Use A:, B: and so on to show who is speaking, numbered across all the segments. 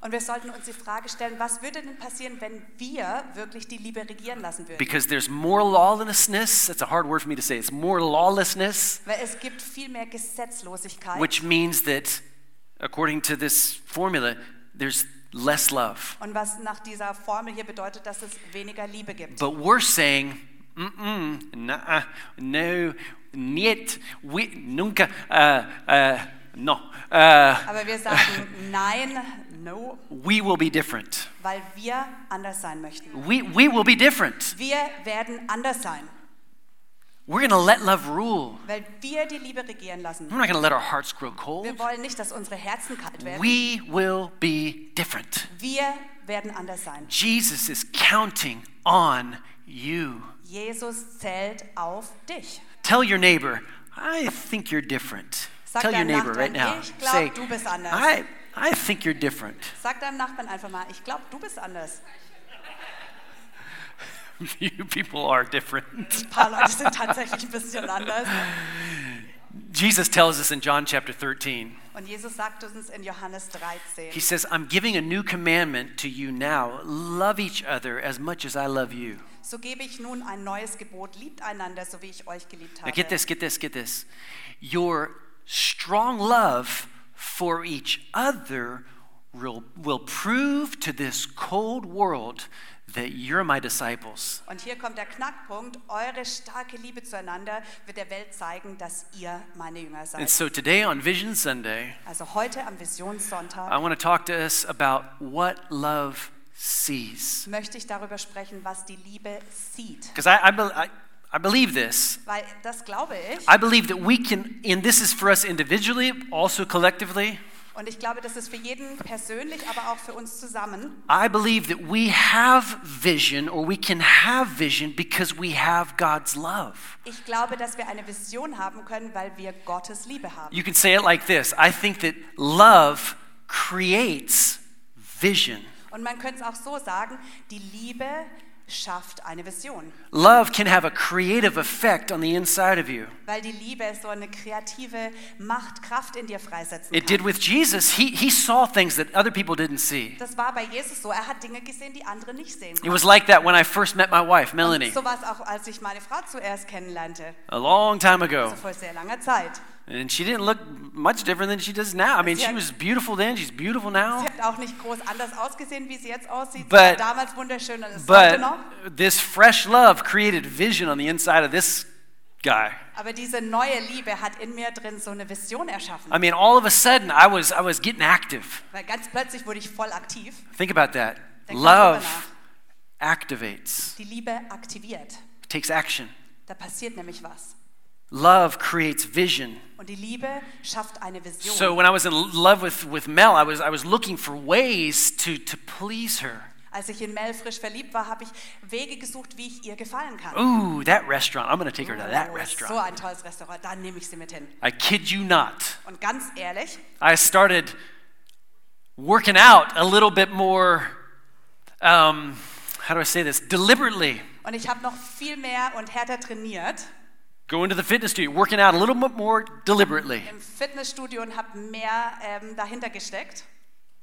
A: Und wir sollten uns die Frage stellen, was würde denn passieren, wenn wir wirklich die Liebe regieren lassen würden?
B: Because there's more lawlessness, that's a hard word for me to say, it's more lawlessness,
A: Weil es gibt viel mehr Gesetzlosigkeit.
B: which means that, according to this formula, there's less love.
A: und was nach dieser Formel hier bedeutet, dass es weniger Liebe gibt.
B: But we're saying, mm-mm, nah, no, niet, we, nunca, uh, uh, no. Uh,
A: Aber wir sagen nein, no,
B: we will be different.
A: weil wir anders sein möchten.
B: We, we will be different.
A: Wir werden anders sein,
B: We're going to let love rule.
A: weil wir die Liebe regieren lassen.
B: We're not going to let our hearts grow cold.
A: Wir wollen nicht, dass unsere Herzen kalt werden.
B: We will be different.
A: Wir werden anders sein.
B: Jesus is counting on you.
A: Jesus zählt auf dich.
B: Tell your neighbor, I think you're different.
A: Sag
B: Tell your
A: deinem
B: neighbor right
A: Nachbarn,
B: now.
A: "Ich glaub,
B: Say,
A: du bist anders."
B: I, I think you're different.
A: Sag deinem Nachbarn einfach mal, ich glaube, du bist anders.
B: you people are different.
A: Ein paar Leute sind tatsächlich ein bisschen anders.
B: Jesus tells us in John chapter 13,
A: Und Jesus sagt uns in Johannes 13,
B: he says, I'm giving a new commandment to you now. Love each other as much as I love you.
A: So gebe ich nun ein neues Gebot, liebt einander, so wie ich euch geliebt
B: Now
A: habe.
B: get this, get this, get this. Your strong love for each other will, will prove to this cold world that you're my disciples.
A: Und hier kommt der Knackpunkt, eure starke Liebe zueinander wird der Welt zeigen, dass ihr meine Jünger
B: And
A: seid.
B: so today on Vision Sunday,
A: Also heute am
B: I
A: Visionssonntag
B: want to talk to us about what love sees.
A: möchte ich darüber sprechen, was die Liebe sieht.
B: Because I, I, bel I, I believe this.
A: Weil das glaube ich
B: I believe that we can, and this is for us individually, also collectively.
A: und ich glaube, das ist für jeden persönlich, aber auch für uns zusammen.
B: I believe that we have vision or we can have vision because we have God's love.
A: Ich glaube, dass wir eine Vision haben können, weil wir Gottes Liebe haben.
B: You can say it like this I think that love creates vision.
A: Und man könnte es auch so sagen, die Liebe schafft eine Vision.
B: Love can have a creative effect on the inside of you.
A: Weil die Liebe so eine kreative Macht, Kraft in dir freisetzen
B: It did
A: kann.
B: with Jesus. He, he saw things that other people didn't see.
A: Das war bei Jesus so. Er hat Dinge gesehen, die andere nicht sehen
B: It
A: konnten.
B: was like that when I first met my wife, Melanie,
A: So war es auch, als ich meine Frau zuerst kennenlernte,
B: a long time ago.
A: also vor sehr langer Zeit.
B: And she didn't look much different than she does now. I mean, she was beautiful then, she's beautiful now.
A: Sie hat auch nicht groß anders ausgesehen, wie sie jetzt aussieht. Sie
B: But-
A: war damals wunderschön und ist heute noch.
B: But this fresh love created vision on the inside of this guy.
A: Aber diese neue Liebe hat in mir drin so eine Vision erschaffen.
B: I mean, all of a sudden, I was I was getting active.
A: Weil ganz plötzlich wurde ich voll aktiv.
B: Think about that.
A: Denk mal drüber
B: Love
A: nach.
B: activates,
A: Die Liebe aktiviert.
B: takes action.
A: Da passiert nämlich was.
B: Love creates vision.
A: Und die Liebe schafft eine Vision.
B: So when I was in love with, with Mel, I was I was looking for ways to to please her.
A: Als ich in Mel frisch verliebt war, habe ich Wege gesucht, wie ich ihr gefallen kann.
B: Ooh, that restaurant. I'm gonna take her to Oh, that
A: Oh, so
B: restaurant.
A: ein tolles Restaurant, da nehme ich sie mit hin.
B: I kid you not.
A: Und ganz ehrlich,
B: I started working out a little bit more. Um, how do I say this? Deliberately
A: und ich habe noch viel mehr und härter trainiert
B: going to the fitness studio, working out a little bit more deliberately.
A: im Fitnessstudio und habe mehr ähm, dahinter gesteckt,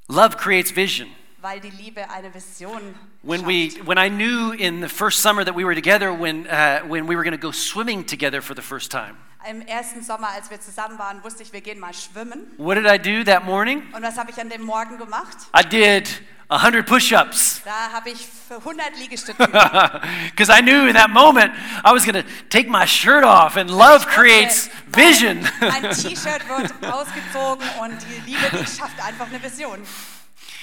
B: Love creates vision.
A: weil die Liebe eine Vision
B: When
A: schafft.
B: we, when I knew in the first summer that we were together, when uh, when we were going to go swimming together for the first time,
A: Im ersten Sommer, als wir zusammen waren, wusste ich, wir gehen mal schwimmen.
B: what did I do that morning?
A: Und was habe ich an dem Morgen gemacht?
B: I did hundred push-ups
A: Da habe ich für 100 Liegestützen gemacht.
B: because I knew in that moment I was going to take my shirt off, and love creates vision.
A: Ein T-Shirt wird ausgezogen und die Liebe die schafft einfach eine Vision.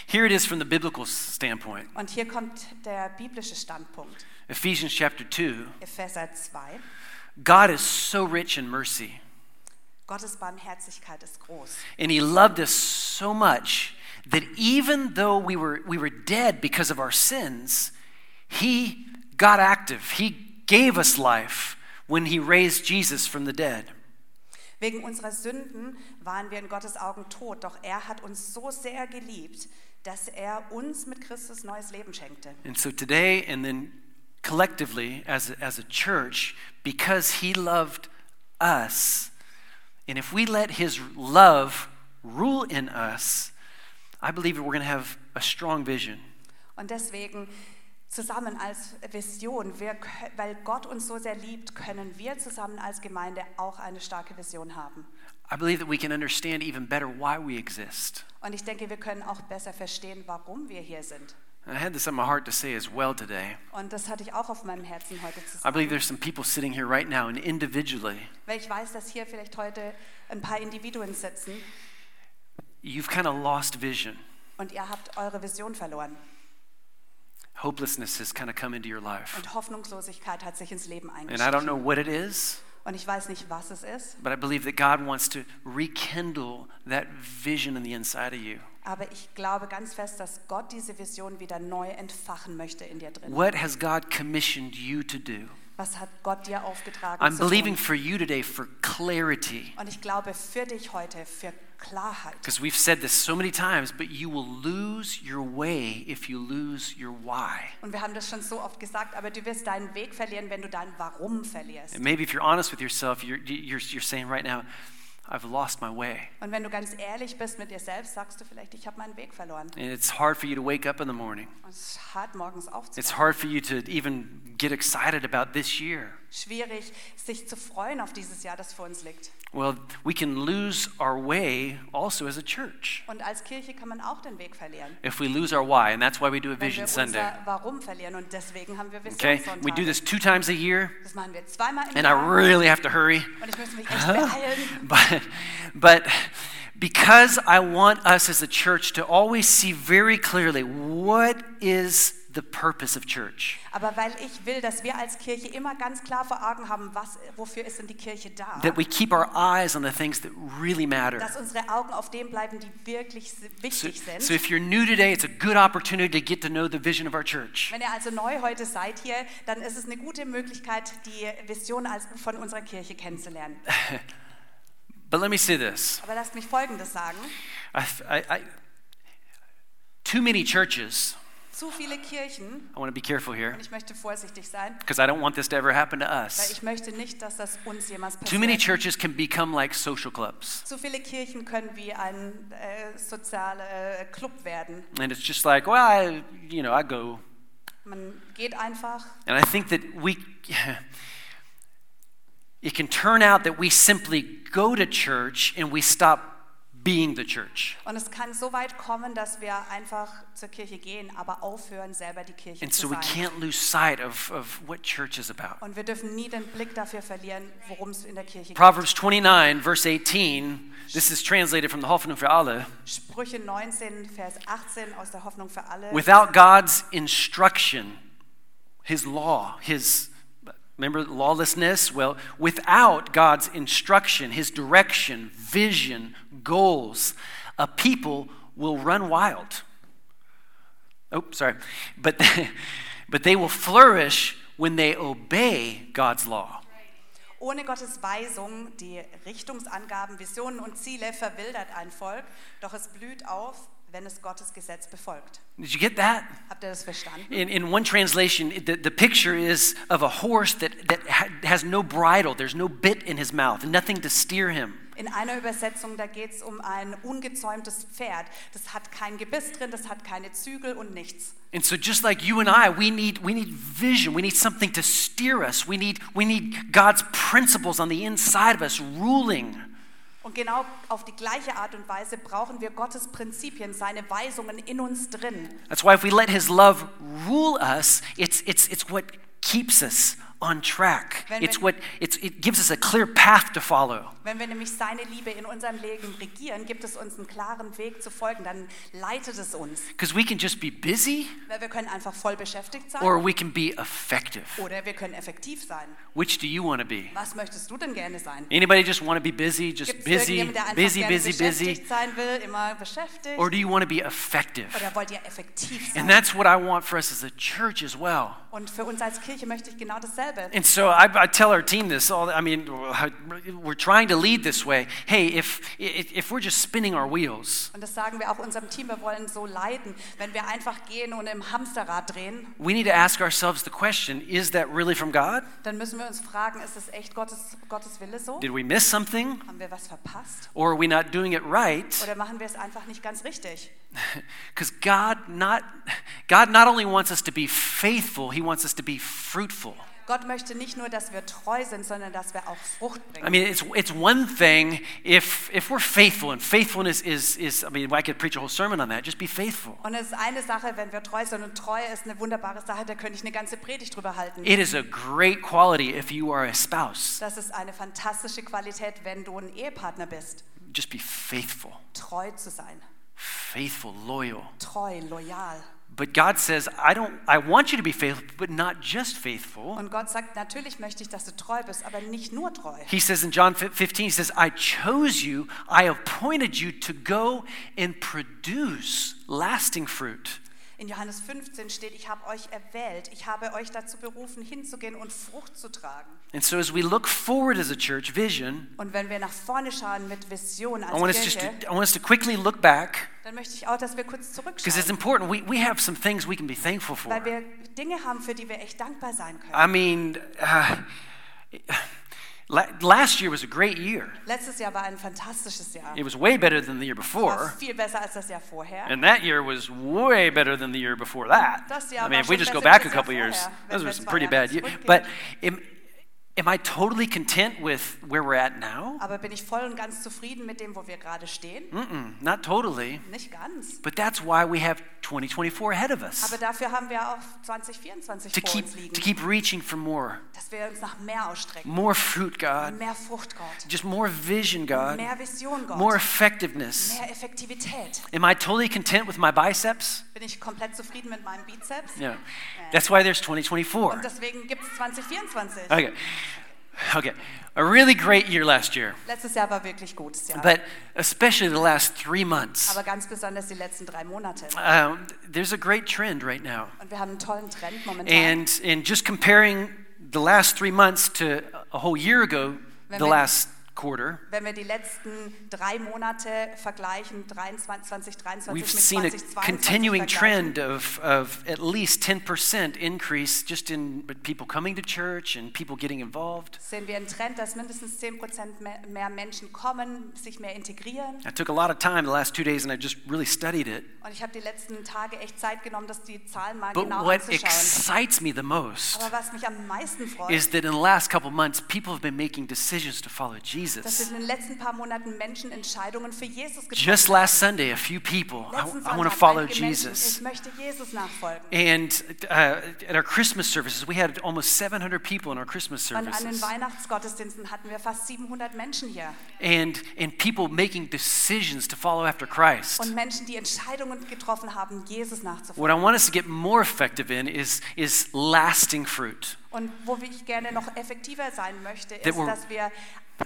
B: Here it is from the biblical standpoint.
A: Und hier kommt der biblische Standpunkt.
B: Ephesians chapter 2.
A: Epheser 2.
B: God is so rich in mercy,
A: Gottes Barmherzigkeit ist groß.
B: and He loved us so much that even though we were, we were dead because of our sins, He got active. He gave us life when He raised Jesus from the dead.
A: Wegen unserer Sünden waren wir in Gottes Augen tot, doch er hat uns so sehr geliebt, dass er uns mit Christus neues Leben schenkte.
B: And so today, and then collectively as a, as a church, because He loved us, and if we let His love rule in us, I believe we're going to have a strong vision.
A: Und deswegen zusammen als Vision, wir, kö- weil Gott uns so sehr liebt, können wir zusammen als Gemeinde auch eine starke Vision haben.
B: I believe that we can understand even better why we exist.
A: Und ich denke, wir können auch besser verstehen, warum wir hier sind.
B: And I had this on my heart to say as well today.
A: Und das hatte ich auch auf meinem Herzen heute zu
B: I
A: sagen,
B: believe there's some people sitting here right now and individually,
A: weil ich weiß, dass hier vielleicht heute ein paar Individuen sitzen
B: you've kind of lost vision.
A: und ihr habt eure Vision verloren.
B: Hopelessness has kind of come into your life.
A: Und Hoffnungslosigkeit hat sich ins Leben
B: And I don't
A: eingeschlichen.
B: know what it is,
A: Und ich weiß nicht, was es ist,
B: but I believe that God wants to rekindle that vision in the inside of you.
A: aber ich glaube ganz fest, dass Gott diese Vision wieder neu entfachen möchte in dir drin.
B: What has God commissioned you to do?
A: Was hat Gott dir aufgetragen?
B: I'm
A: zu tun?
B: believing for you today for clarity.
A: Und ich glaube für dich heute, für Klarheit.
B: Because we've said this so many times, but you will lose your way if you lose your why.
A: Und wir haben das schon so oft gesagt, aber du wirst deinen Weg verlieren, wenn du dein Warum verlierst.
B: And maybe if you're honest with yourself, you're, you're, you're saying right now, I've lost my way.
A: Und wenn du ganz ehrlich bist mit dir selbst, sagst du vielleicht, ich habe meinen Weg verloren.
B: And it's hard for you to wake up in the morning.
A: Und es ist hart, morgens aufzuwachen.
B: It's hard for you to even get excited about this year.
A: Schwierig, sich zu freuen auf dieses Jahr, das vor uns liegt.
B: Well, we can lose our way also as a church
A: Und als Kirche kann man auch den Weg verlieren.
B: if we lose our why. And that's why we do a
A: Wenn wir
B: Vision Sunday.
A: unser Warum verlieren. Und deswegen haben wir
B: Okay? We do
A: Visionssonntage.
B: this two times a year,
A: Das machen wir zweimal im
B: and I
A: Jahr.
B: really have to hurry.
A: Und ich muss mich echt beeilen.
B: But, but because I want us as a church to always see very clearly what is the purpose of church,
A: Aber weil ich will, dass wir als Kirche immer ganz klar vor Augen haben, was, wofür ist denn die Kirche da?
B: that we keep our eyes on the things that really matter.
A: Dass unsere Augen auf dem bleiben, die wirklich s-
B: So,
A: wichtig
B: so
A: sind.
B: if you're new today, it's a good opportunity to get to know the vision of our church.
A: Wenn ihr also neu heute seid hier, dann ist es eine gute Möglichkeit, die Vision als, von unserer Kirche kennenzulernen.
B: But let me say this
A: Aber lasst mich Folgendes sagen.
B: I, I, I, too many churches,
A: Zu viele Kirchen,
B: I want to be careful here
A: und ich möchte vorsichtig sein,
B: because I don't want this to ever happen to
A: weil
B: us.
A: ich möchte nicht, dass das uns jemals
B: Too many
A: passiert.
B: churches can become like social clubs.
A: Zu viele Kirchen können wie ein äh, sozialer äh, Club werden.
B: And it's just like, well, I, you know, I go.
A: Man geht einfach
B: And I think that we, it can turn out that we simply go to church and we stop being the church.
A: und es kann so weit kommen, dass wir einfach zur Kirche gehen, aber aufhören, selber die Kirche
B: And so
A: zu
B: we
A: sein.
B: can't lose sight of, of what church is about.
A: Und wir dürfen nie den Blick dafür verlieren, worum es in der Kirche geht.
B: Proverbs 29, verse 18, this is translated from the Hoffnung für alle.
A: Sprüche 19, Vers 18 aus der Hoffnung für alle.
B: Without God's instruction, His law, His, remember lawlessness? Well, without God's instruction, His direction, vision, goals, a people will run wild. Oh, sorry. But, but they will flourish when they obey God's law.
A: Ohne Gottes Weisung, die Richtungsangaben, Visionen und Ziele verwildert ein Volk, doch es blüht auf, wenn es Gottes Gesetz befolgt.
B: Did you get that?
A: Habt ihr das verstanden?
B: In, in one translation, the, the picture is of a horse that, that ha- has no bridle, there's no bit in his mouth, nothing to steer him.
A: In einer Übersetzung, da geht es um ein ungezäumtes Pferd. Das hat kein Gebiss drin, das hat keine Zügel und nichts.
B: And so, just like you and I, we need, we need vision, we need something to steer us, we need, we need God's principles on the inside of us ruling.
A: Und genau auf die gleiche Art und Weise brauchen wir Gottes Prinzipien, seine Weisungen in uns drin.
B: That's why if we let his love rule us, it's, it's, it's what keeps us on track.
A: Wenn-
B: It's what,
A: wenn-
B: it's, it gives us a clear path to follow.
A: Wenn wir nämlich seine Liebe in unserem Leben regieren, gibt es uns einen klaren Weg zu folgen, dann leitet es uns.
B: Because we can just be busy
A: Weil wir können einfach voll beschäftigt sein
B: or we can be effective.
A: oder wir können effektiv sein.
B: Which do you want to be?
A: Was möchtest du denn gerne sein?
B: Anybody just want to be busy,
A: Gibt
B: just
A: es
B: busy,
A: irgendjemanden, der einfach
B: busy,
A: gerne
B: busy,
A: beschäftigt
B: busy?
A: sein will, immer beschäftigt?
B: Or do you want to be effective?
A: Oder wollt ihr effektiv
B: And
A: sein?
B: that's what I want for us as a church as well.
A: Und für uns als Kirche Jugendliche möchte ich genau dasselbe.
B: And so I, I tell our team this. All I mean, we're trying to lead this way. Hey, if, if if we're just spinning our wheels,
A: Und das sagen wir auch unserem Team, wir wollen so leiden, wenn wir einfach gehen und im Hamsterrad drehen,
B: we need to ask ourselves the question: Is that really from God?
A: dann müssen wir uns fragen, ist es echt Gottes, Gottes Wille so?
B: Did we miss something,
A: Haben wir was verpasst?
B: or are we not doing it right?
A: Oder machen wir es einfach nicht ganz richtig?
B: Because God not God not only wants us to be faithful, He wants us to be fruitful.
A: Gott möchte nicht nur, dass wir treu sind, sondern dass wir auch Frucht
B: I
A: bringen.
B: mean, it's it's one thing if if we're faithful, and faithfulness is is. I mean, I could preach a whole sermon on that. Just be faithful.
A: Und es ist eine Sache, wenn wir treu sind und Treue ist eine wunderbare Sache, da könnte ich eine ganze Predigt drüber halten.
B: It is a great quality if you are a spouse.
A: Das ist eine fantastische Qualität, wenn du ein Ehepartner bist,
B: Just be faithful,
A: treu zu sein,
B: faithful, loyal.
A: treu, loyal.
B: But God says, I don't. I want you to be faithful, but not just faithful.
A: Und Gott sagt, natürlich möchte ich, dass du treu bist, aber nicht nur treu.
B: He says in John 15, he says, I chose you, I appointed you to go and produce lasting fruit.
A: In Johannes 15 steht, ich habe euch erwählt, ich habe euch dazu berufen, hinzugehen und Frucht zu tragen.
B: And so as we look forward as a church vision,
A: Und wenn wir nach vorne schauen mit Vision
B: I want
A: als
B: us just
A: Kirche,
B: to, I want us to quickly look back
A: dann möchte ich auch, dass wir kurz
B: because it's
A: zurückschauen,
B: important. We, we have some things we can be thankful for.
A: weil wir Dinge haben, für die wir echt dankbar sein können.
B: I mean, uh, la- last year was a great year.
A: Letztes Jahr war ein fantastisches Jahr.
B: It was way better than the year
A: War
B: before,
A: viel besser als das Jahr vorher.
B: and that year was way better than the year before that.
A: Das Jahr
B: I mean,
A: war
B: if we
A: schon
B: just go
A: besser
B: back a
A: als das
B: couple
A: Jahr
B: years,
A: vorher, wenn
B: those
A: wir
B: were some
A: zwei
B: pretty
A: Jahre
B: bad years.
A: zurückgehen.
B: But am, am I totally content with where we're at now?
A: Aber bin ich voll und ganz zufrieden mit dem, wo wir gerade stehen?
B: Mm-mm, not totally.
A: Nicht ganz.
B: But that's why we have 2024 ahead of us
A: Aber dafür haben wir auch 2024
B: to
A: vor
B: keep
A: uns liegen,
B: to keep reaching for more,
A: dass wir uns nach mehr ausstrecken.
B: more fruit, God,
A: Mehr Frucht, Gott.
B: just more vision, God,
A: Mehr Vision, Gott.
B: more effectiveness.
A: Mehr Effektivität.
B: Am I totally content with my biceps?
A: Bin ich komplett zufrieden mit meinem Bizeps?
B: No. That's why there's 2024.
A: Und deswegen gibt es 2024.
B: Okay. Okay. A really great year last year,
A: Letztes Jahr war wirklich gutes Jahr.
B: but especially the last three months.
A: aber ganz besonders die letzten drei Monate.
B: Um, there's a great trend right now.
A: Und wir haben einen tollen Trend momentan.
B: And, and just comparing the last three months to a whole year ago,
A: Wenn
B: the
A: wir-
B: last quarter,
A: Wenn wir die letzten drei Monate vergleichen, 23, 2023
B: we've
A: mit
B: seen a
A: 2022
B: continuing
A: vergleichen,
B: trend of, of at least 10% increase just in people coming to church and people getting involved.
A: sehen wir einen Trend, dass mindestens 10% mehr- mehr Menschen kommen, sich mehr integrieren.
B: I took a lot of time the last two days and I just really studied it.
A: Und ich habe die letzten Tage echt Zeit genommen, dass die Zahlen mal
B: But
A: genau
B: what
A: anzuschauen.
B: excites me the most
A: Aber was mich am meisten freut,
B: is that in the last couple months, people have been making decisions to follow
A: dass
B: Jesus.
A: in den letzten paar Monaten Menschen Entscheidungen für Jesus getroffen
B: Just last Sunday, a few people, I,
A: Letzten
B: I want to
A: Sonntag
B: follow
A: einige Menschen,
B: Jesus.
A: Ich möchte Jesus nachfolgen.
B: And uh, at our Christmas services, we had almost 700 people in our Christmas
A: Und an den
B: services.
A: Weihnachtsgottesdiensten hatten wir fast 700 Menschen hier.
B: And, and people making decisions to follow after Christ.
A: Und Menschen, die Entscheidungen getroffen haben, Jesus nachzufolgen.
B: What I want us to get more effective in is, is lasting fruit.
A: Und wo ich gerne noch effektiver sein möchte, ist,
B: That we're-
A: dass wir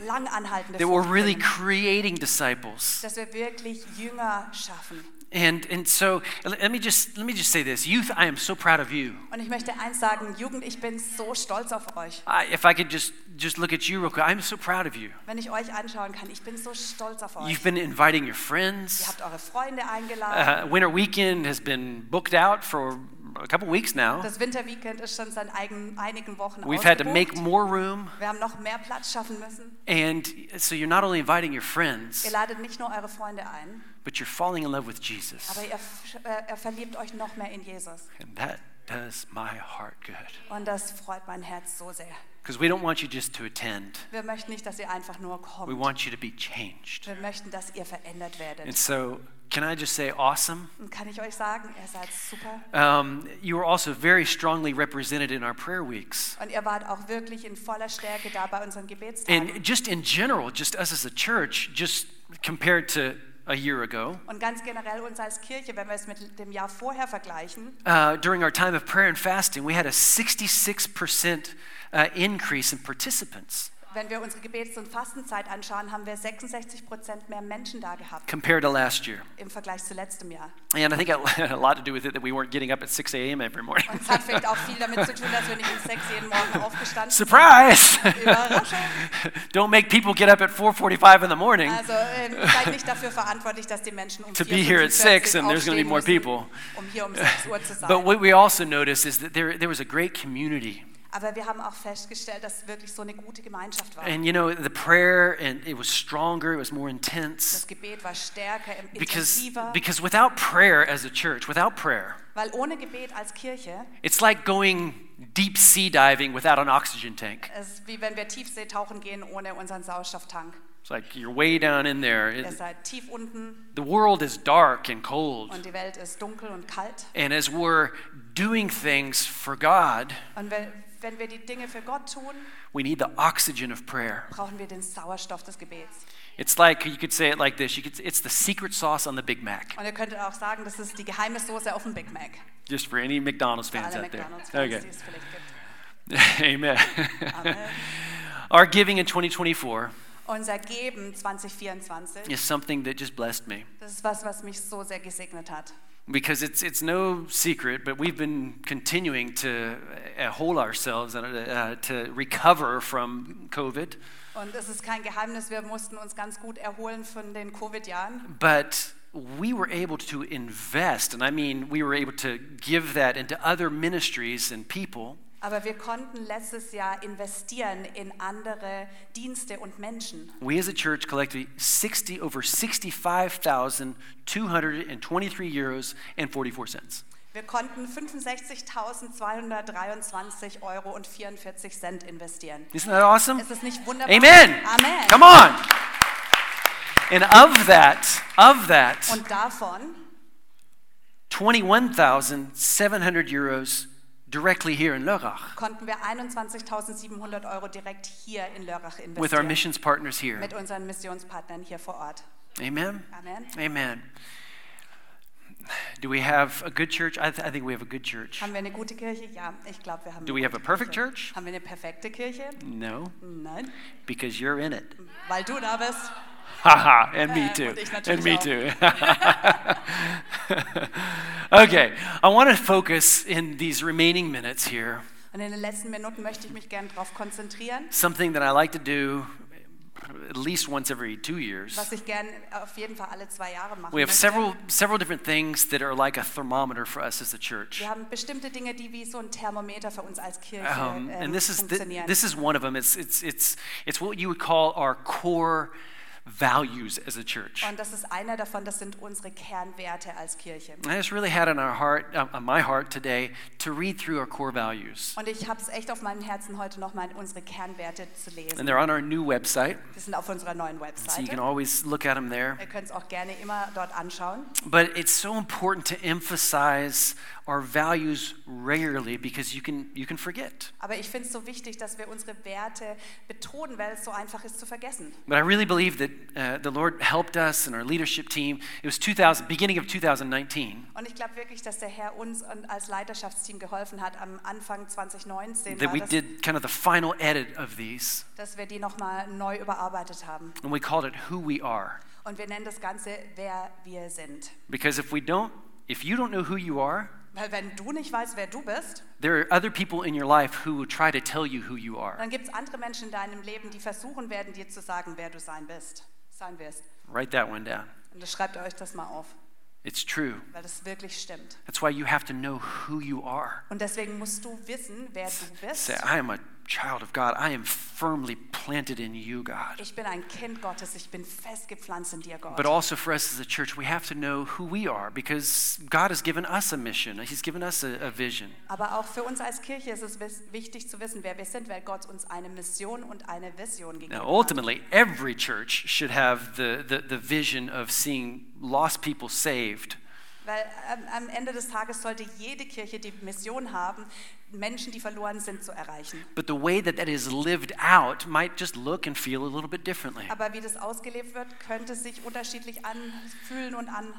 A: lang anhaltende
B: That we're
A: Frucht
B: really
A: bringen,
B: creating disciples.
A: dass wir wirklich Jünger schaffen.
B: And and so l- let me just let me just say this, youth. I am so proud of you.
A: Und ich möchte eins sagen, Jugend, ich bin so stolz auf euch.
B: I, if I could just just look at you real quick, I'm so proud of you.
A: Wenn ich euch anschauen kann, ich bin so stolz auf euch.
B: You've been inviting your
A: Ihr
B: friends.
A: habt eure Freunde eingeladen.
B: Uh, winter weekend has been booked out for a couple weeks now.
A: Das Winterweekend ist schon seit eigen, einigen Wochen
B: Uh-huh. We've had to
A: ausgebucht.
B: make more room,
A: Wir haben noch mehr Platz schaffen müssen.
B: and so you're not only inviting your
A: Ihr
B: friends,
A: ladet nicht nur eure Freunde ein,
B: but you're falling in love with
A: aber
B: Jesus,
A: ihr f- äh, ihr verliebt euch noch mehr in Jesus.
B: and that does my heart good.
A: Und das freut mein Herz so sehr.
B: Because we don't want you just to attend;
A: Wir möchten nicht, dass ihr einfach nur
B: we
A: kommt.
B: want you to be changed.
A: Wir möchten, dass ihr verändert
B: And
A: werdet.
B: so, can I just say, awesome?
A: Und kann ich euch sagen, ihr seid super.
B: Um, you were also very strongly represented in our prayer weeks.
A: Und ihr wart auch wirklich in voller Stärke da bei unseren Gebetstagen.
B: And just in general, just us as a church, just compared to a year ago,
A: Und ganz generell uns als Kirche, wenn wir es mit dem Jahr vorher vergleichen,
B: uh, during our time of prayer and fasting, we had a 66% uh, increase in participants.
A: Wenn wir unsere Gebets- und Fastenzeit anschauen, haben wir 66 Prozent mehr Menschen da gehabt
B: compared to last year.
A: im Vergleich zu letztem Jahr.
B: And I think it had a lot to do with it that we weren't getting up at 6 a.m. every morning.
A: Und es hat vielleicht auch viel damit zu tun, dass wir nicht um sechs jeden Morgen aufgestanden
B: Surprise!
A: sind. Überraschung.
B: Don't make people get up at 4:45 in the morning
A: Also ähm, seid nicht dafür verantwortlich, dass die Menschen um
B: to be here at 6 and there's going to be
A: 6
B: more people.
A: um hier um 6 Uhr zu sein.
B: But what we also noticed is that there, there was a great community.
A: Aber wir haben auch festgestellt, dass es wirklich so eine gute Gemeinschaft war.
B: And you know, the prayer and it was stronger, it was more intense
A: Das Gebet war stärker, im-
B: because
A: intensiver,
B: because without prayer as a church, without prayer,
A: weil ohne Gebet als Kirche,
B: it's like going deep sea diving without an oxygen tank.
A: es ist wie wenn wir Tiefseetauchen gehen ohne unseren Sauerstofftank.
B: It's like you're way down in there. It-
A: Ihr seid tief unten
B: the world is dark and cold.
A: und die Welt ist dunkel und kalt.
B: And as we're doing things for God,
A: Und wenn, wenn wir die Dinge für Gott tun,
B: we need the oxygen of prayer.
A: brauchen wir den Sauerstoff des Gebets.
B: It's like you could say it like this. You could, it's the secret sauce on the Big Mac,
A: Und ihr könntet auch sagen, das ist die geheime Soße auf dem Big Mac.
B: just for any McDonald's
A: Für
B: fans
A: alle
B: out there.
A: McDonalds-Fans,
B: Okay.
A: die es vielleicht gibt.
B: Amen.
A: Amen.
B: Our giving in 2024
A: Unser Geben 2024,
B: is something that just blessed me
A: das ist was, was mich so sehr gesegnet hat.
B: because it's it's no secret, but we've been continuing to uh, hold ourselves and uh, to recover from COVID.
A: Und es ist kein Geheimnis, wir mussten uns ganz gut erholen von den Covid-Jahren.
B: But we were able to invest, and I mean, we were able to give that into other ministries and people
A: Aber wir konnten letztes Jahr investieren in andere Dienste und Menschen.
B: We as a church collectively 60 over 65,223 euros and 44 cents.
A: Wir konnten 65.223 Euro und 44 Cent investieren.
B: Isn't that awesome?
A: Ist es nicht wunderbar?
B: Amen.
A: Amen.
B: Come on. And of that, of that,
A: Und davon
B: 21,700 euros directly here in Lörrach
A: konnten wir 21.700 Euro direkt hier in Lörrach investieren.
B: with our missions partners here.
A: Mit unseren Missionspartnern hier vor Ort.
B: Amen.
A: Amen.
B: Amen. Do we have a good church? I, th- I think we have a good church.
A: Haben wir eine gute Kirche? Ja, ich glaube, wir haben.
B: Do
A: eine
B: we have a
A: gute
B: perfect
A: Kirche.
B: church?
A: Haben wir eine perfekte Kirche?
B: No,
A: Nein,
B: because you're in it.
A: weil du da bist.
B: Haha, and me
A: Mm. Uh,
B: too.
A: und ich
B: And me
A: natürlich
B: too. okay, I want to focus in these remaining minutes here,
A: Und in den letzten Minuten möchte ich mich gerne darauf konzentrieren,
B: something that I like to do at least once every two years.
A: was ich gerne auf jeden Fall alle zwei Jahre machen
B: We have
A: möchte.
B: several, several different things that are like a thermometer for us as a church.
A: Wir haben bestimmte Dinge, die wie so ein Thermometer für uns als Kirche
B: Um,
A: ähm,
B: and this is, the-
A: funktionieren.
B: this is one of them. It's, it's, it's, it's what you would call our core values as a church.
A: Und das ist einer davon, das sind unsere Kernwerte als Kirche.
B: I just really had on our heart, uh, on my heart today, to read through our core values.
A: Und ich habe es echt auf meinem Herzen, heute nochmal unsere Kernwerte zu lesen.
B: And they're on our new website,
A: Die sind auf unserer neuen
B: so you can
A: Webseite.
B: always look at them there.
A: Ihr könnt es auch gerne immer dort anschauen.
B: But it's so important to emphasize our values regularly because you can you can forget.
A: Aber ich finde es so wichtig, dass wir unsere Werte betonen, weil es so einfach ist zu vergessen.
B: But I really believe that uh, the Lord helped us and our leadership team. It was 2000, beginning of 2019,
A: Und ich glaube wirklich, dass der Herr uns und als Leiterschaftsteam geholfen hat am Anfang 2019,
B: that
A: war
B: we
A: das,
B: did kind of the final edit of these,
A: dass wir die nochmal neu überarbeitet haben.
B: and we called it "Who We Are."
A: Und wir nennen das Ganze, wer wir sind.
B: Because if we don't, if you don't know who you are,
A: Weil wenn du nicht weißt, wer du bist,
B: there are other people in your life who will try to tell you who you are.
A: dann gibt es andere Menschen in deinem Leben, die versuchen werden, dir zu sagen, wer du sein bist, sein wirst.
B: Write that one down.
A: Und das schreibt euch das mal auf,
B: It's true.
A: weil das wirklich stimmt.
B: That's why you have to know who you are.
A: Und deswegen musst du wissen, wer du bist.
B: Say, I am a child of God. I am firmly planted in you, God.
A: Ich bin ein Kind Gottes, ich bin festgepflanzt in dir, Gott.
B: But also for us as a church, we have to know who we are because God has given us a mission, He's given us a, a vision.
A: Aber auch für uns als Kirche ist es wis- wichtig zu wissen, wer wir sind, weil Gott uns eine Mission und eine Vision gegeben
B: Now,
A: hat.
B: ultimately, every church should have the, the, the vision of seeing lost people saved.
A: Weil am, am Ende des Tages sollte jede Kirche die Mission haben, Menschen, die verloren sind, zu erreichen.
B: But the way that that is lived out might just look and feel a little bit differently.
A: Aber wie das ausgelebt wird, könnte sich unterschiedlich anfühlen und anschauen.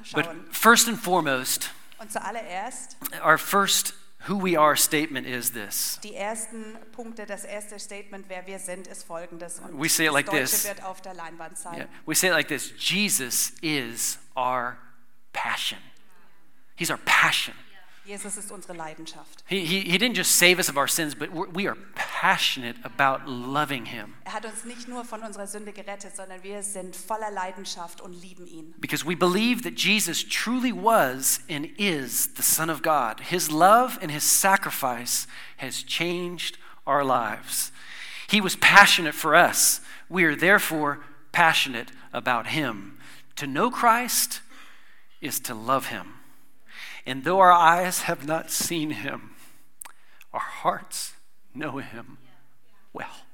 B: But first and foremost,
A: Und zuallererst
B: our first who we are statement is this.
A: Die ersten Punkte, das erste Statement, wer wir sind, ist folgendes. Und
B: We say it
A: das
B: like
A: Deutsche
B: this.
A: wird auf der Leinwand sein.
B: Yeah, we say it like this Jesus is our passion. He's our passion.
A: Jesus ist unsere Leidenschaft.
B: He, he, he didn't just save us of our sins, but we're, we are passionate about loving Him
A: Er hat uns nicht nur von unserer Sünde gerettet, sondern wir sind voller Leidenschaft und lieben ihn.
B: because we believe that Jesus truly was and is the Son of God. His love and His sacrifice has changed our lives. He was passionate for us. We are therefore passionate about Him. To know Christ is to love Him. And though our eyes have not seen Him, our hearts know Him well.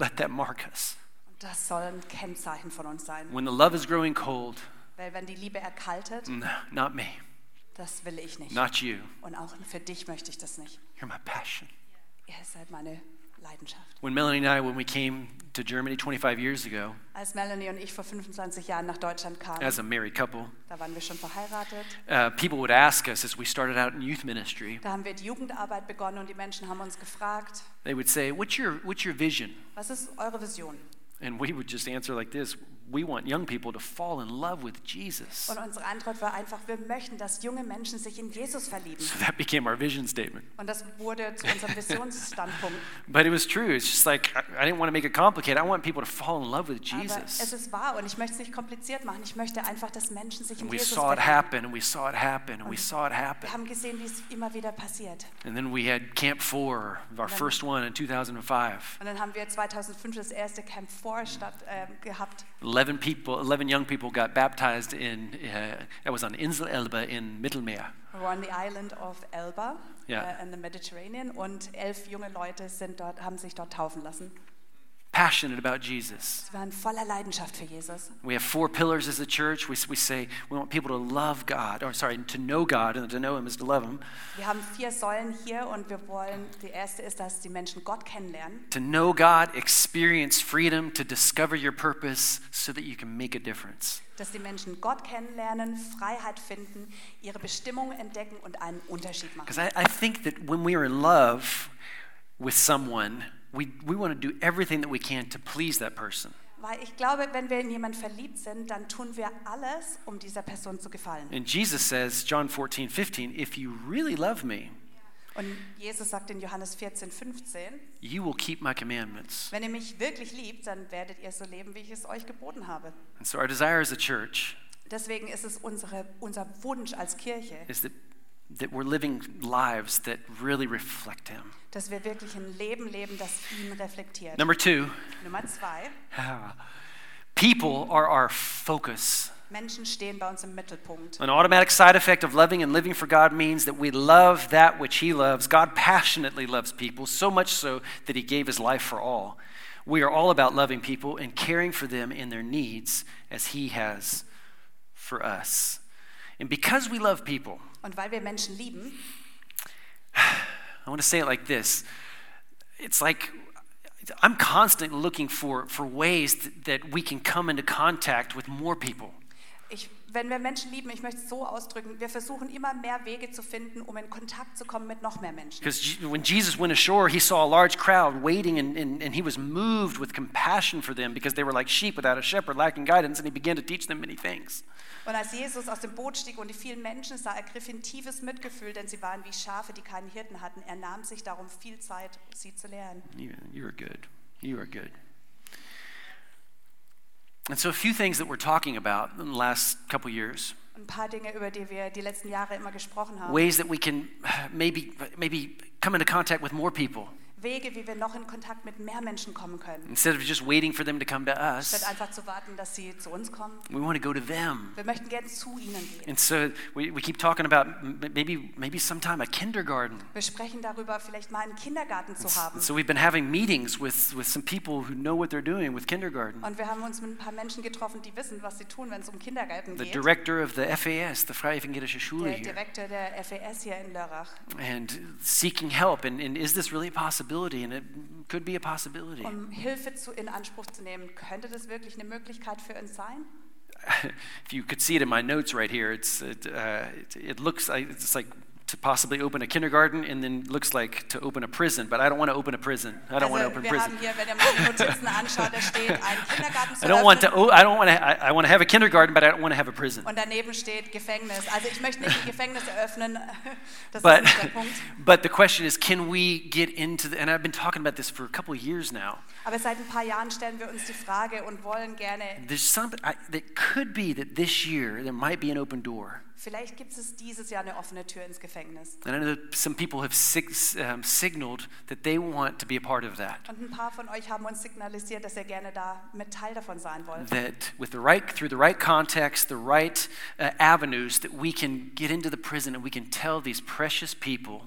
B: Let that mark us.
A: Und das soll ein Kennzeichen von uns sein.
B: When the love is growing cold,
A: Weil wenn die Liebe erkaltet,
B: no, not me,
A: das will ich nicht.
B: not you.
A: Und auch für dich möchte ich das nicht.
B: You're my passion.
A: Ihr seid meine Leidenschaft.
B: When Melanie and I, when we came to Germany 25 years ago,
A: Als Melanie und ich vor 25 Jahren nach Deutschland kamen,
B: as a married couple,
A: da waren wir schon verheiratet,
B: uh, people would ask us as we started out in youth ministry,
A: da haben wir die Jugendarbeit begonnen und die Menschen haben uns gefragt,
B: they would say, "What's your what's your vision?"
A: was ist eure Vision?
B: And we would just answer like this: We want young people to fall in love with Jesus.
A: Und unsere Antwort war einfach, wir möchten, dass junge Menschen sich in Jesus verlieben.
B: So that became our vision statement.
A: Und das wurde zu unserem Visionsstandpunkt.
B: But it was true. It's just like I, I didn't want to make it complicated. I want people to fall in love with
A: Aber es
B: Jesus.
A: ist wahr und ich möchte es nicht kompliziert machen. Ich möchte einfach, dass Menschen sich in
B: And we
A: Jesus
B: saw it
A: verlieben.
B: happen, and we saw it happen, and we saw it happen.
A: Wir haben gesehen, wie es immer wieder passiert.
B: And then we had Camp 4, our first one in 2005.
A: Und dann haben wir 2005 das erste Camp 4 statt, äh, gehabt.
B: 11 people, 11 young people got baptized in, uh, that was on Insel Elba in Mittelmeer.
A: We were on the island of Elba
B: Ja.
A: äh, in the Mediterranean und elf junge Leute sind dort, haben sich dort taufen lassen.
B: Passionate about Jesus.
A: Sie waren voller Leidenschaft für Jesus.
B: We have four pillars as a church. We, s- we say we want people to love God, or sorry, to know God, and to know Him is to love Him.
A: Wir haben vier Säulen hier und wir wollen, die erste ist, dass die Menschen Gott kennenlernen.
B: To know God, experience freedom, to discover your purpose so that you can make a difference.
A: Dass die Menschen Gott kennenlernen, Freiheit finden, ihre Bestimmung entdecken und einen Unterschied machen.
B: Because I, I think that when we are in love with someone, we, we want to do everything that we can to please that person.
A: Weil ich glaube, wenn wir in jemanden verliebt sind, dann tun wir alles, um dieser Person zu gefallen.
B: And Jesus says, John 14, 15, if you really love me,
A: Und Jesus sagt in Johannes 14, 15,
B: you will keep my commandments.
A: wenn ihr mich wirklich liebt, dann werdet ihr so leben, wie ich es euch geboten habe.
B: And so our desire as a church
A: Deswegen ist es unsere, unser Wunsch als Kirche,
B: is that, that we're living lives that really reflect him.
A: dass wir wirklich ein Leben leben, das ihn reflektiert.
B: Number two,
A: Nummer zwei,
B: people are our focus.
A: Menschen stehen bei uns im Mittelpunkt.
B: An automatic side effect of loving and living for God means that we love that which He loves. God passionately loves people, so much so that He gave His life for all. We are all about loving people and caring for them in their needs as He has for us. And because we love people,
A: Und weil wir Menschen lieben,
B: I want to say it like this it's like I'm constantly looking for, for ways that, that we can come into contact with more people.
A: ich, wenn wir Menschen lieben, ich möchte es so ausdrücken, wir versuchen immer mehr Wege zu finden, um in Kontakt zu kommen mit noch mehr Menschen.
B: Because Je- when Jesus went ashore, he saw a large crowd waiting, and, and, and he was moved with compassion for them because they were like sheep without a shepherd, lacking guidance, and he began to teach them many things.
A: Und als Jesus aus dem Boot stieg und die vielen Menschen sah, ergriff ihn tiefes Mitgefühl, denn sie waren wie Schafe, die keinen Hirten hatten. Er nahm sich darum viel Zeit, sie zu lehren.
B: You, you are good. You are good. And so, a few things that we're talking about in the last couple years,
A: Ein paar Dinge, über die wir die letzten Jahre immer gesprochen haben.
B: ways that we can maybe, maybe come into contact with more people
A: Wege, wie wir noch in Kontakt mit mehr Menschen kommen können.
B: instead of just waiting for them to come to
A: Statt
B: us.
A: einfach zu warten, dass sie zu uns kommen.
B: We want to go to them.
A: Wir möchten gerne zu ihnen gehen.
B: And so, we, we keep talking about m- maybe, maybe sometime a kindergarten.
A: Wir sprechen darüber, vielleicht mal einen Kindergarten zu haben.
B: So we've been having meetings with, with some people who know what they're doing with kindergarten.
A: Und wir haben uns mit ein paar Menschen getroffen, die wissen, was sie tun, wenn es um Kindergärten
B: The
A: geht.
B: director of the FAS, the Freie Evangelische Schule
A: Der
B: here,
A: Direktor der FES hier in Lörrach.
B: and seeking help. And, and is this really a possibility? And it could be a possibility.
A: Um Hilfe zu, in Anspruch zu nehmen, könnte das wirklich eine Möglichkeit für uns sein?
B: if you could see it in my notes right here, it's, it, uh, it, it looks like it's like to possibly open a kindergarten and then looks like to open a prison, but I don't want to open a prison. I don't want
A: also,
B: to open a
A: wir
B: prison.
A: haben hier, wenn ihr mal die Notizen anschaut, da steht, einen Kindergarten zu
B: I don't want to.
A: öffnen
B: Oh, I don't want to. I, I want to have a kindergarten, but I don't want to have a prison.
A: und daneben steht Gefängnis. Also ich möchte nicht ein Gefängnis eröffnen, das
B: But,
A: ist nicht der Punkt.
B: but the question is, can we get into the? And I've been talking about this for a couple of years now.
A: Aber seit ein paar Jahren stellen wir uns die Frage und wollen gerne,
B: There's something I, that could be that this year there might be an open door.
A: vielleicht gibt es dieses Jahr eine offene Tür ins Gefängnis.
B: And I know that some people have sig- um, signaled that they want to be a part of that.
A: Und ein paar von euch haben uns signalisiert, dass ihr gerne da mit Teil davon sein wollt.
B: That with the right, through the right context, the right uh, avenues, that we can get into the prison and we can tell these precious people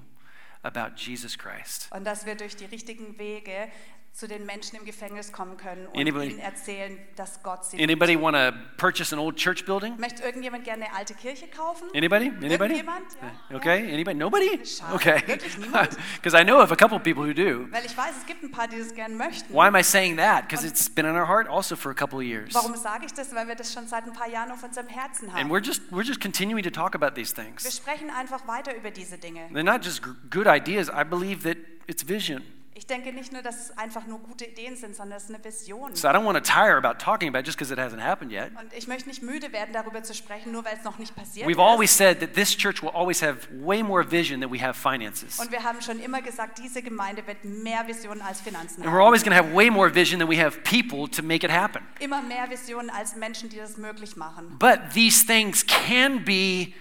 B: about Jesus Christ.
A: Und dass wir durch die richtigen Wege zu den Menschen im Gefängnis kommen können und
B: Anybody-
A: ihnen erzählen, dass Gott sie
B: Anybody want to purchase an old church building?
A: Möchte irgendjemand gerne eine alte Kirche kaufen?
B: Anybody? Anybody?
A: Irgendjemand? Ja.
B: Okay. Anybody? Nobody?
A: Schade.
B: Okay.
A: Wirklich niemand?
B: Because I know of a couple people who do.
A: Weil ich weiß, es gibt ein paar, die das gerne möchten.
B: Why am I saying that? Because it's been in our heart also for a couple of years.
A: Warum sage ich das? Weil wir das schon seit ein paar Jahren auf unserem Herzen
B: And
A: haben.
B: we're just we're just continuing to talk about these
A: Wir
B: things.
A: sprechen einfach weiter über diese Dinge.
B: They're not just g- good ideas. I believe that it's vision.
A: Ich denke nicht nur, dass es einfach nur gute Ideen sind, sondern es ist eine Vision.
B: So I don't want to tire about talking about it just because it hasn't happened yet.
A: Und ich möchte nicht müde werden, darüber zu sprechen, nur weil es noch nicht passiert
B: We've
A: ist.
B: always said that this church will always have way more vision than we have finances.
A: Und wir haben schon immer gesagt, diese Gemeinde wird mehr Visionen als Finanzen
B: And
A: haben.
B: we're always going to have way more vision than we have people to make it happen.
A: Immer mehr Visionen als Menschen, die das möglich machen.
B: But these things can be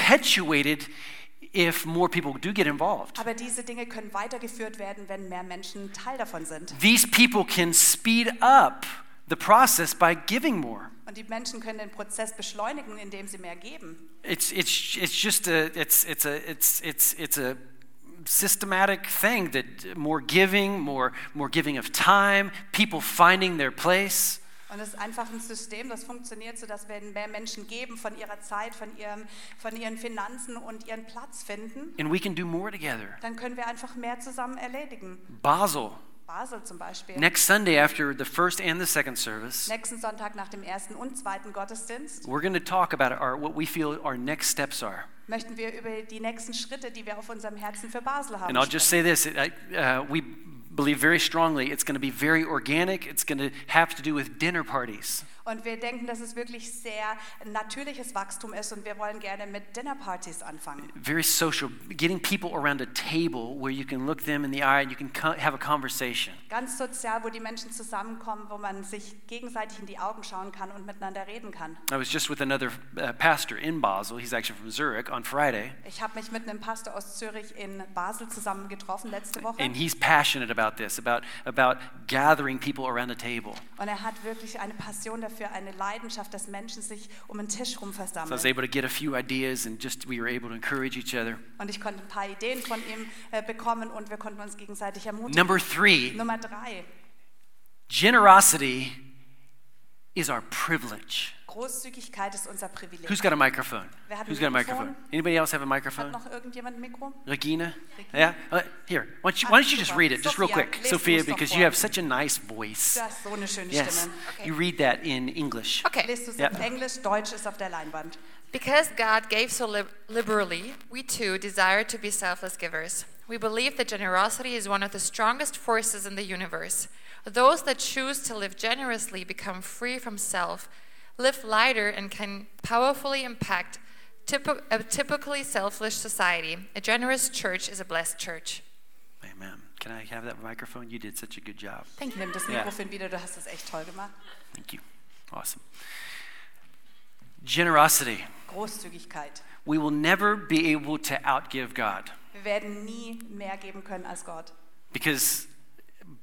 B: perpetuated if more people do get involved.
A: Aber diese Dinge können weitergeführt werden, wenn mehr Menschen Teil davon sind.
B: These people can speed up the process by giving more.
A: Und die Menschen können den Prozess beschleunigen, indem sie mehr geben.
B: It's, it's, it's just a, it's, it's a, it's, it's, it's a systematic thing that more giving, more, more giving of time, people finding their place.
A: Und es ist einfach ein System, das funktioniert, sodass wenn mehr Menschen geben von ihrer Zeit, von, ihrem, von ihren Finanzen und ihren Platz finden,
B: And we can do more together.
A: dann können wir einfach mehr zusammen erledigen.
B: Basel,
A: Basel zum Beispiel.
B: next Sunday after the first and the second service,
A: Nächsten Sonntag nach dem ersten und zweiten Gottesdienst
B: we're going to talk about our, what we feel our next steps are.
A: möchten wir über die nächsten Schritte, die wir auf unserem Herzen für Basel haben.
B: And I'll just
A: sprechen.
B: say this I, uh, we believe very strongly it's going to be very organic, it's going to have to do with dinner parties.
A: und wir denken, dass es wirklich sehr natürliches Wachstum ist und wir wollen gerne mit Dinnerpartys anfangen.
B: Very social, getting people around a table where you can look them in the eye and you can co- have a conversation.
A: Ganz sozial, wo die Menschen zusammenkommen, wo man sich gegenseitig in die Augen schauen kann und miteinander reden kann.
B: I was just with another uh, pastor in Basel, he's actually from Zurich, on Friday,
A: Ich habe mich mit einem Pastor aus Zürich in Basel zusammen getroffen letzte Woche
B: and he's passionate about this, about, about gathering people around a table.
A: und er hat wirklich eine Passion dafür, eine Leidenschaft, dass Menschen sich um einen Tisch rum
B: So I
A: versammeln.
B: was able to get a few ideas and just we were able to encourage each other.
A: Und ich konnte ein paar Ideen von ihm äh, bekommen und wir konnten uns gegenseitig ermutigen.
B: Number three,
A: Nummer drei,
B: generosity is our privilege.
A: Großzügigkeit ist unser Privileg.
B: Who's got a microphone?
A: Wer hat ein
B: Who's got a
A: Mikrofon?
B: microphone? Anybody else have a
A: Hat
B: microphone?
A: noch irgendjemand ein Mikro?
B: Regina? Yeah?
A: Regina.
B: Uh, here, why don't, you,
A: Ah,
B: why don't you just
A: super.
B: read it, just real
A: Sophia,
B: quick,
A: lest du
B: Sophia,
A: es doch
B: because
A: vor.
B: you have such a nice voice.
A: Du hast so eine schöne
B: Yes,
A: Stimme.
B: you read that in English.
C: Okay.
A: Lest du es
B: Ja.
A: auf Englisch, Deutsch ist auf der Leinwand.
C: Because God gave so lib- liberally, we too desire to be selfless givers. We believe that generosity is one of the strongest forces in the universe. Those that choose to live generously become free from self, live lighter, and can powerfully impact typ- a typically selfish society. A generous church is a blessed church.
B: Amen. Can I have that microphone? You did such a good job.
A: Danke. Nimm das
B: Ja.
A: Mikrofon wieder, du hast es echt toll gemacht.
B: Thank you. Awesome. Generosity.
A: Großzügigkeit.
B: We will never be able to outgive God.
A: Wir werden nie mehr geben können als Gott,
B: because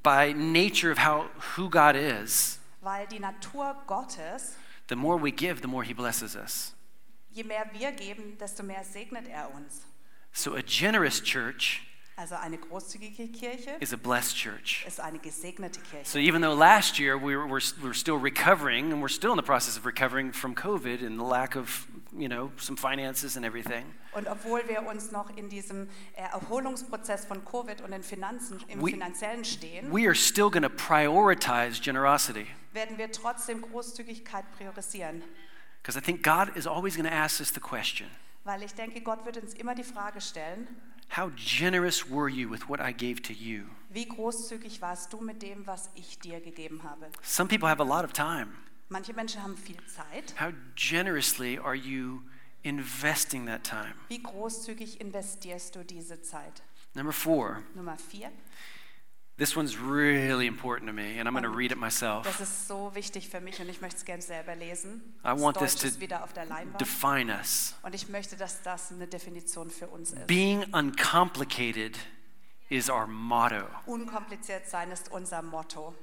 B: by nature of how who God is,
A: weil die Natur Gottes,
B: the more we give, the more he blesses us.
A: je mehr wir geben, desto mehr segnet er uns.
B: So a generous church
A: Also eine großzügige Kirche
B: is a blessed church.
A: ist eine gesegnete Kirche.
B: So even though last year we were, we're, we're still recovering and we're still in the process of recovering from COVID and the lack of, you know, some finances and everything,
A: Und obwohl wir uns noch in diesem äh, Erholungsprozess von Covid und den Finanzen, im
B: We-
A: Finanziellen stehen,
B: we are still going to prioritize generosity.
A: werden wir trotzdem Großzügigkeit priorisieren.
B: Because I think God is always going to ask us the question
A: Weil ich denke, Gott wird uns immer die Frage stellen,
B: How generous were you with what I gave to you?
A: wie großzügig warst du mit dem, was ich dir gegeben habe?
B: Some people have a lot of time.
A: Manche Menschen haben viel Zeit.
B: How generously are you investing that time?
A: Wie großzügig investierst du diese Zeit?
B: Number four,
A: Nummer vier,
B: this one's really important to me, and I'm going to read it
A: das
B: myself.
A: ist so wichtig für mich und ich möchte es gerne selber lesen.
B: I want this
A: das Deutsch ist
B: to
A: wieder auf der Leinwand
B: Define us.
A: und ich möchte, dass das eine Definition für uns ist.
B: Being uncomplicated is our motto.
A: Unkompliziert sein ist unser Motto.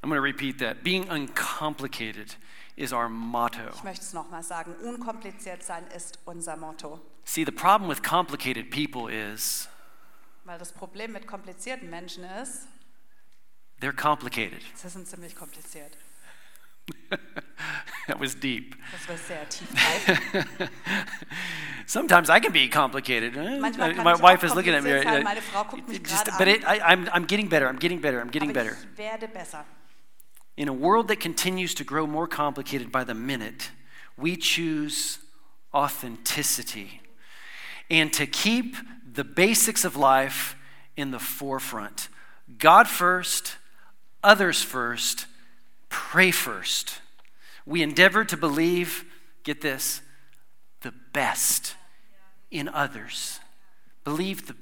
B: I'm going to repeat that. Being uncomplicated is our motto.
A: Ich möchte es nochmal sagen, unkompliziert sein ist unser Motto.
B: See, the problem with complicated people is
A: Weil das Problem mit komplizierten Menschen ist,
B: they're complicated.
A: sie sind ziemlich kompliziert.
B: that was deep.
A: Das war sehr tiefgreifend.
B: Sometimes I can be complicated. eh?
A: Manchmal kann
B: My
A: ich
B: wife
A: auch
B: is looking at me.
A: kompliziert sein.
B: right?
A: Meine Frau guckt mich
B: Just-
A: gerade
B: but
A: an.
B: it, I, I'm, I'm getting better. I'm getting better. I'm getting
A: Aber
B: better.
A: ich werde besser.
B: In a world that continues to grow more complicated by the minute, we choose authenticity and to keep the basics of life in the forefront. God first, others first, pray first. We endeavor to believe, get this, the best in others. Believe the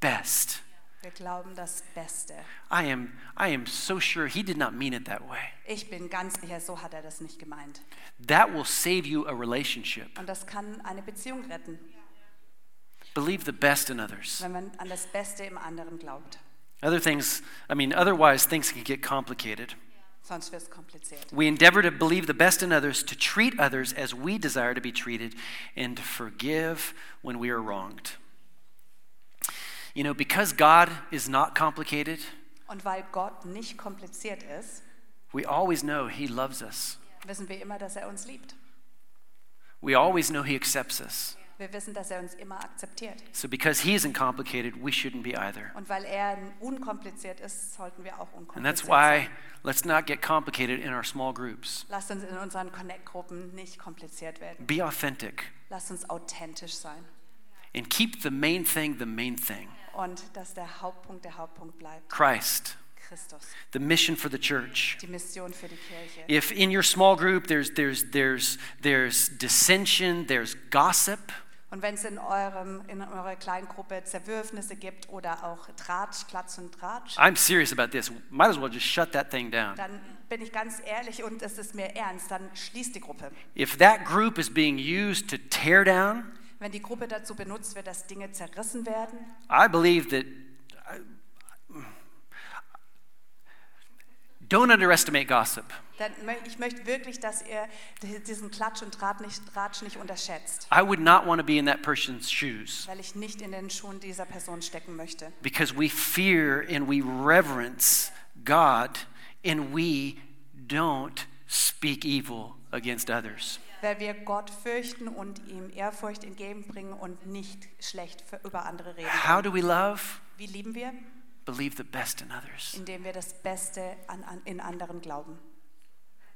B: best.
A: Wir glauben das Beste.
B: I am, I am so sure he did not mean it that way.
A: Ich bin ganz sicher, so hat er das nicht gemeint.
B: That will save you a relationship.
A: Und das kann eine Beziehung retten,
B: Believe the best in others.
A: wenn man an das Beste im anderen glaubt.
B: Other things, I mean, otherwise things can get complicated.
A: Sonst wird es kompliziert.
B: We endeavor to believe the best in others, to treat others as we desire to be treated, and to forgive when we are wronged. You know, because God is not complicated,
A: Und weil Gott nicht kompliziert ist,
B: we always know He loves us.
A: wissen wir immer, dass er uns liebt.
B: We always know He accepts us.
A: Wir wissen, dass er uns immer akzeptiert.
B: So because He isn't complicated, we shouldn't be either.
A: Und weil er unkompliziert ist, sollten wir auch unkompliziert
B: And that's
A: sein.
B: why let's not get complicated in our small groups.
A: Lasst uns in unseren Connect-Gruppen nicht kompliziert werden.
B: Be authentic.
A: Lasst uns authentisch sein.
B: and keep the main thing the main thing
A: Und dass der Hauptpunkt der Hauptpunkt bleibt.
B: Christ,
A: Christus.
B: the mission for the church.
A: Die Mission für die Kirche.
B: If in your small group there's, there's, there's, there's dissension, there's gossip,
A: Und wenn es in, eurem, in eurer Kleingruppe Zerwürfnisse gibt oder auch Tratsch, Klatsch und Tratsch,
B: I'm serious about this. Might as well just shut that thing down.
A: dann bin ich ganz ehrlich und es ist mir ernst, dann schließt die Gruppe.
B: If that group is being used to tear down,
A: Wenn die Gruppe dazu benutzt wird, dass Dinge zerrissen werden,
B: I believe that. don't underestimate gossip.
A: dann mö- ich möchte wirklich, dass ihr di- diesen Klatsch und Tratsch nicht, Tratsch nicht unterschätzt,
B: I would not want to be in that person's shoes.
A: weil ich nicht in den Schuhen dieser Person stecken möchte.
B: because we fear and we reverence God and we don't speak evil against others.
A: Weil wir Gott fürchten und ihm Ehrfurcht entgegenbringen und nicht schlecht für, über andere reden.
B: How do we love?
A: Wie lieben wir?
B: Believe the best in others.
A: Indem wir das Beste an, an, in anderen glauben.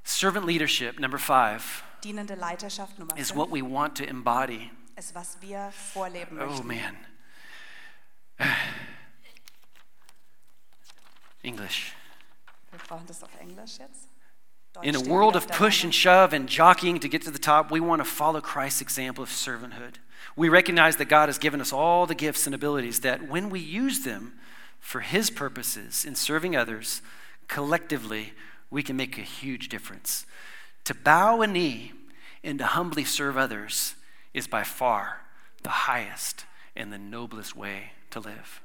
B: Servant leadership, number five,
A: Dienende Leiterschaft Nummer
B: is
A: 5
B: what we want to embody.
A: ist, was wir vorleben
B: Oh
A: möchten.
B: man. English.
A: Wir brauchen das auf Englisch jetzt. Deutsch
B: In a
A: steht
B: world
A: wieder auf
B: of
A: der
B: push
A: Leinwand.
B: and shove and jockeying to get to the top, we want to follow Christ's example of servanthood. We recognize that God has given us all the gifts and abilities that when we use them for His purposes in serving others, collectively, we can make a huge difference. To bow a knee and to humbly serve others is by far the highest and the noblest way to live.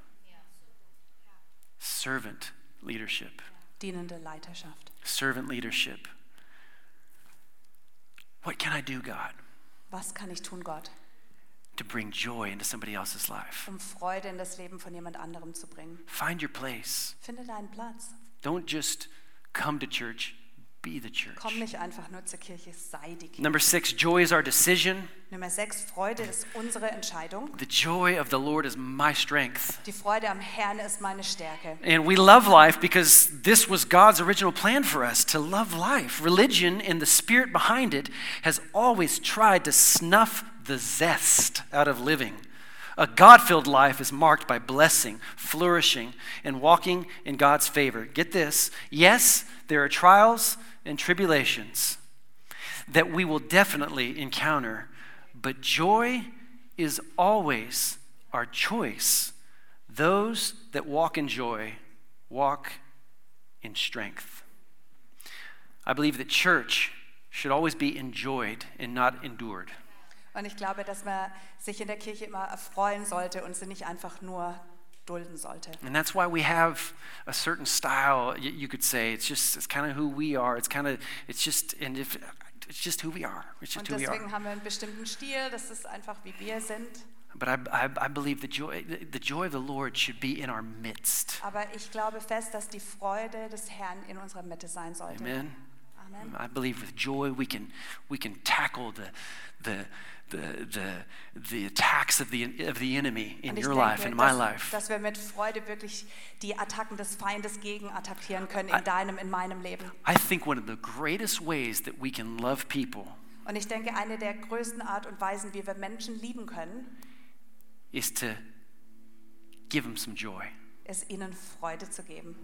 B: Servant leadership
A: Dienende Leiterschaft.
B: servant leadership. What can I do, God,
A: Was kann ich tun, Gott,
B: to bring joy into somebody else's life?
A: um Freude in das Leben von jemand anderem zu bringen?
B: Find your place.
A: Finde deinen Platz.
B: Don't just come to church, be the church.
A: Komm nicht einfach nur zur Kirche, sei die Kirche.
B: Number six, joy is our decision.
A: Nummer sechs, Freude ist unsere Entscheidung.
B: The joy of the Lord is my strength.
A: Die Freude am Herrn ist meine Stärke.
B: And we love life because this was God's original plan for us to love life. Religion and the spirit behind it has always tried to snuff the zest out of living. A God filled life is marked by blessing, flourishing, and walking in God's favor. Get this yes, there are trials and tribulations that we will definitely encounter, but joy is always our choice. Those that walk in joy walk in strength. I believe that church should always be enjoyed and not endured.
A: Und ich glaube, dass man sich in der Kirche immer erfreuen sollte und sie nicht einfach nur dulden sollte.
B: And that's why we have a certain style, y- you could say. It's just, it's kind of who we are. It's kind of, it's just, and if, it's just who we are. It's just
A: Und
B: who we
A: deswegen
B: are.
A: haben wir einen bestimmten Stil, das ist einfach wie wir sind.
B: But I, I, I believe the joy, the joy of the Lord should be in our midst.
A: Aber ich glaube fest, dass die Freude des Herrn in unserer Mitte sein sollte.
B: Amen.
A: Amen.
B: I believe with joy we can, we can tackle the, the, the, the, the attacks of the, of the enemy in
A: Und ich
B: your life,
A: denke,
B: in my
A: dass,
B: life.
A: dass wir mit Freude wirklich die Attacken des Feindes gegen attackieren können in
B: I-
A: deinem, in meinem Leben.
B: I think one of the greatest ways that we can love people
A: Und ich denke, eine der größten Art und Weisen, wie wir Menschen lieben können,
B: is to give them some joy.
A: ist ihnen Freude zu geben.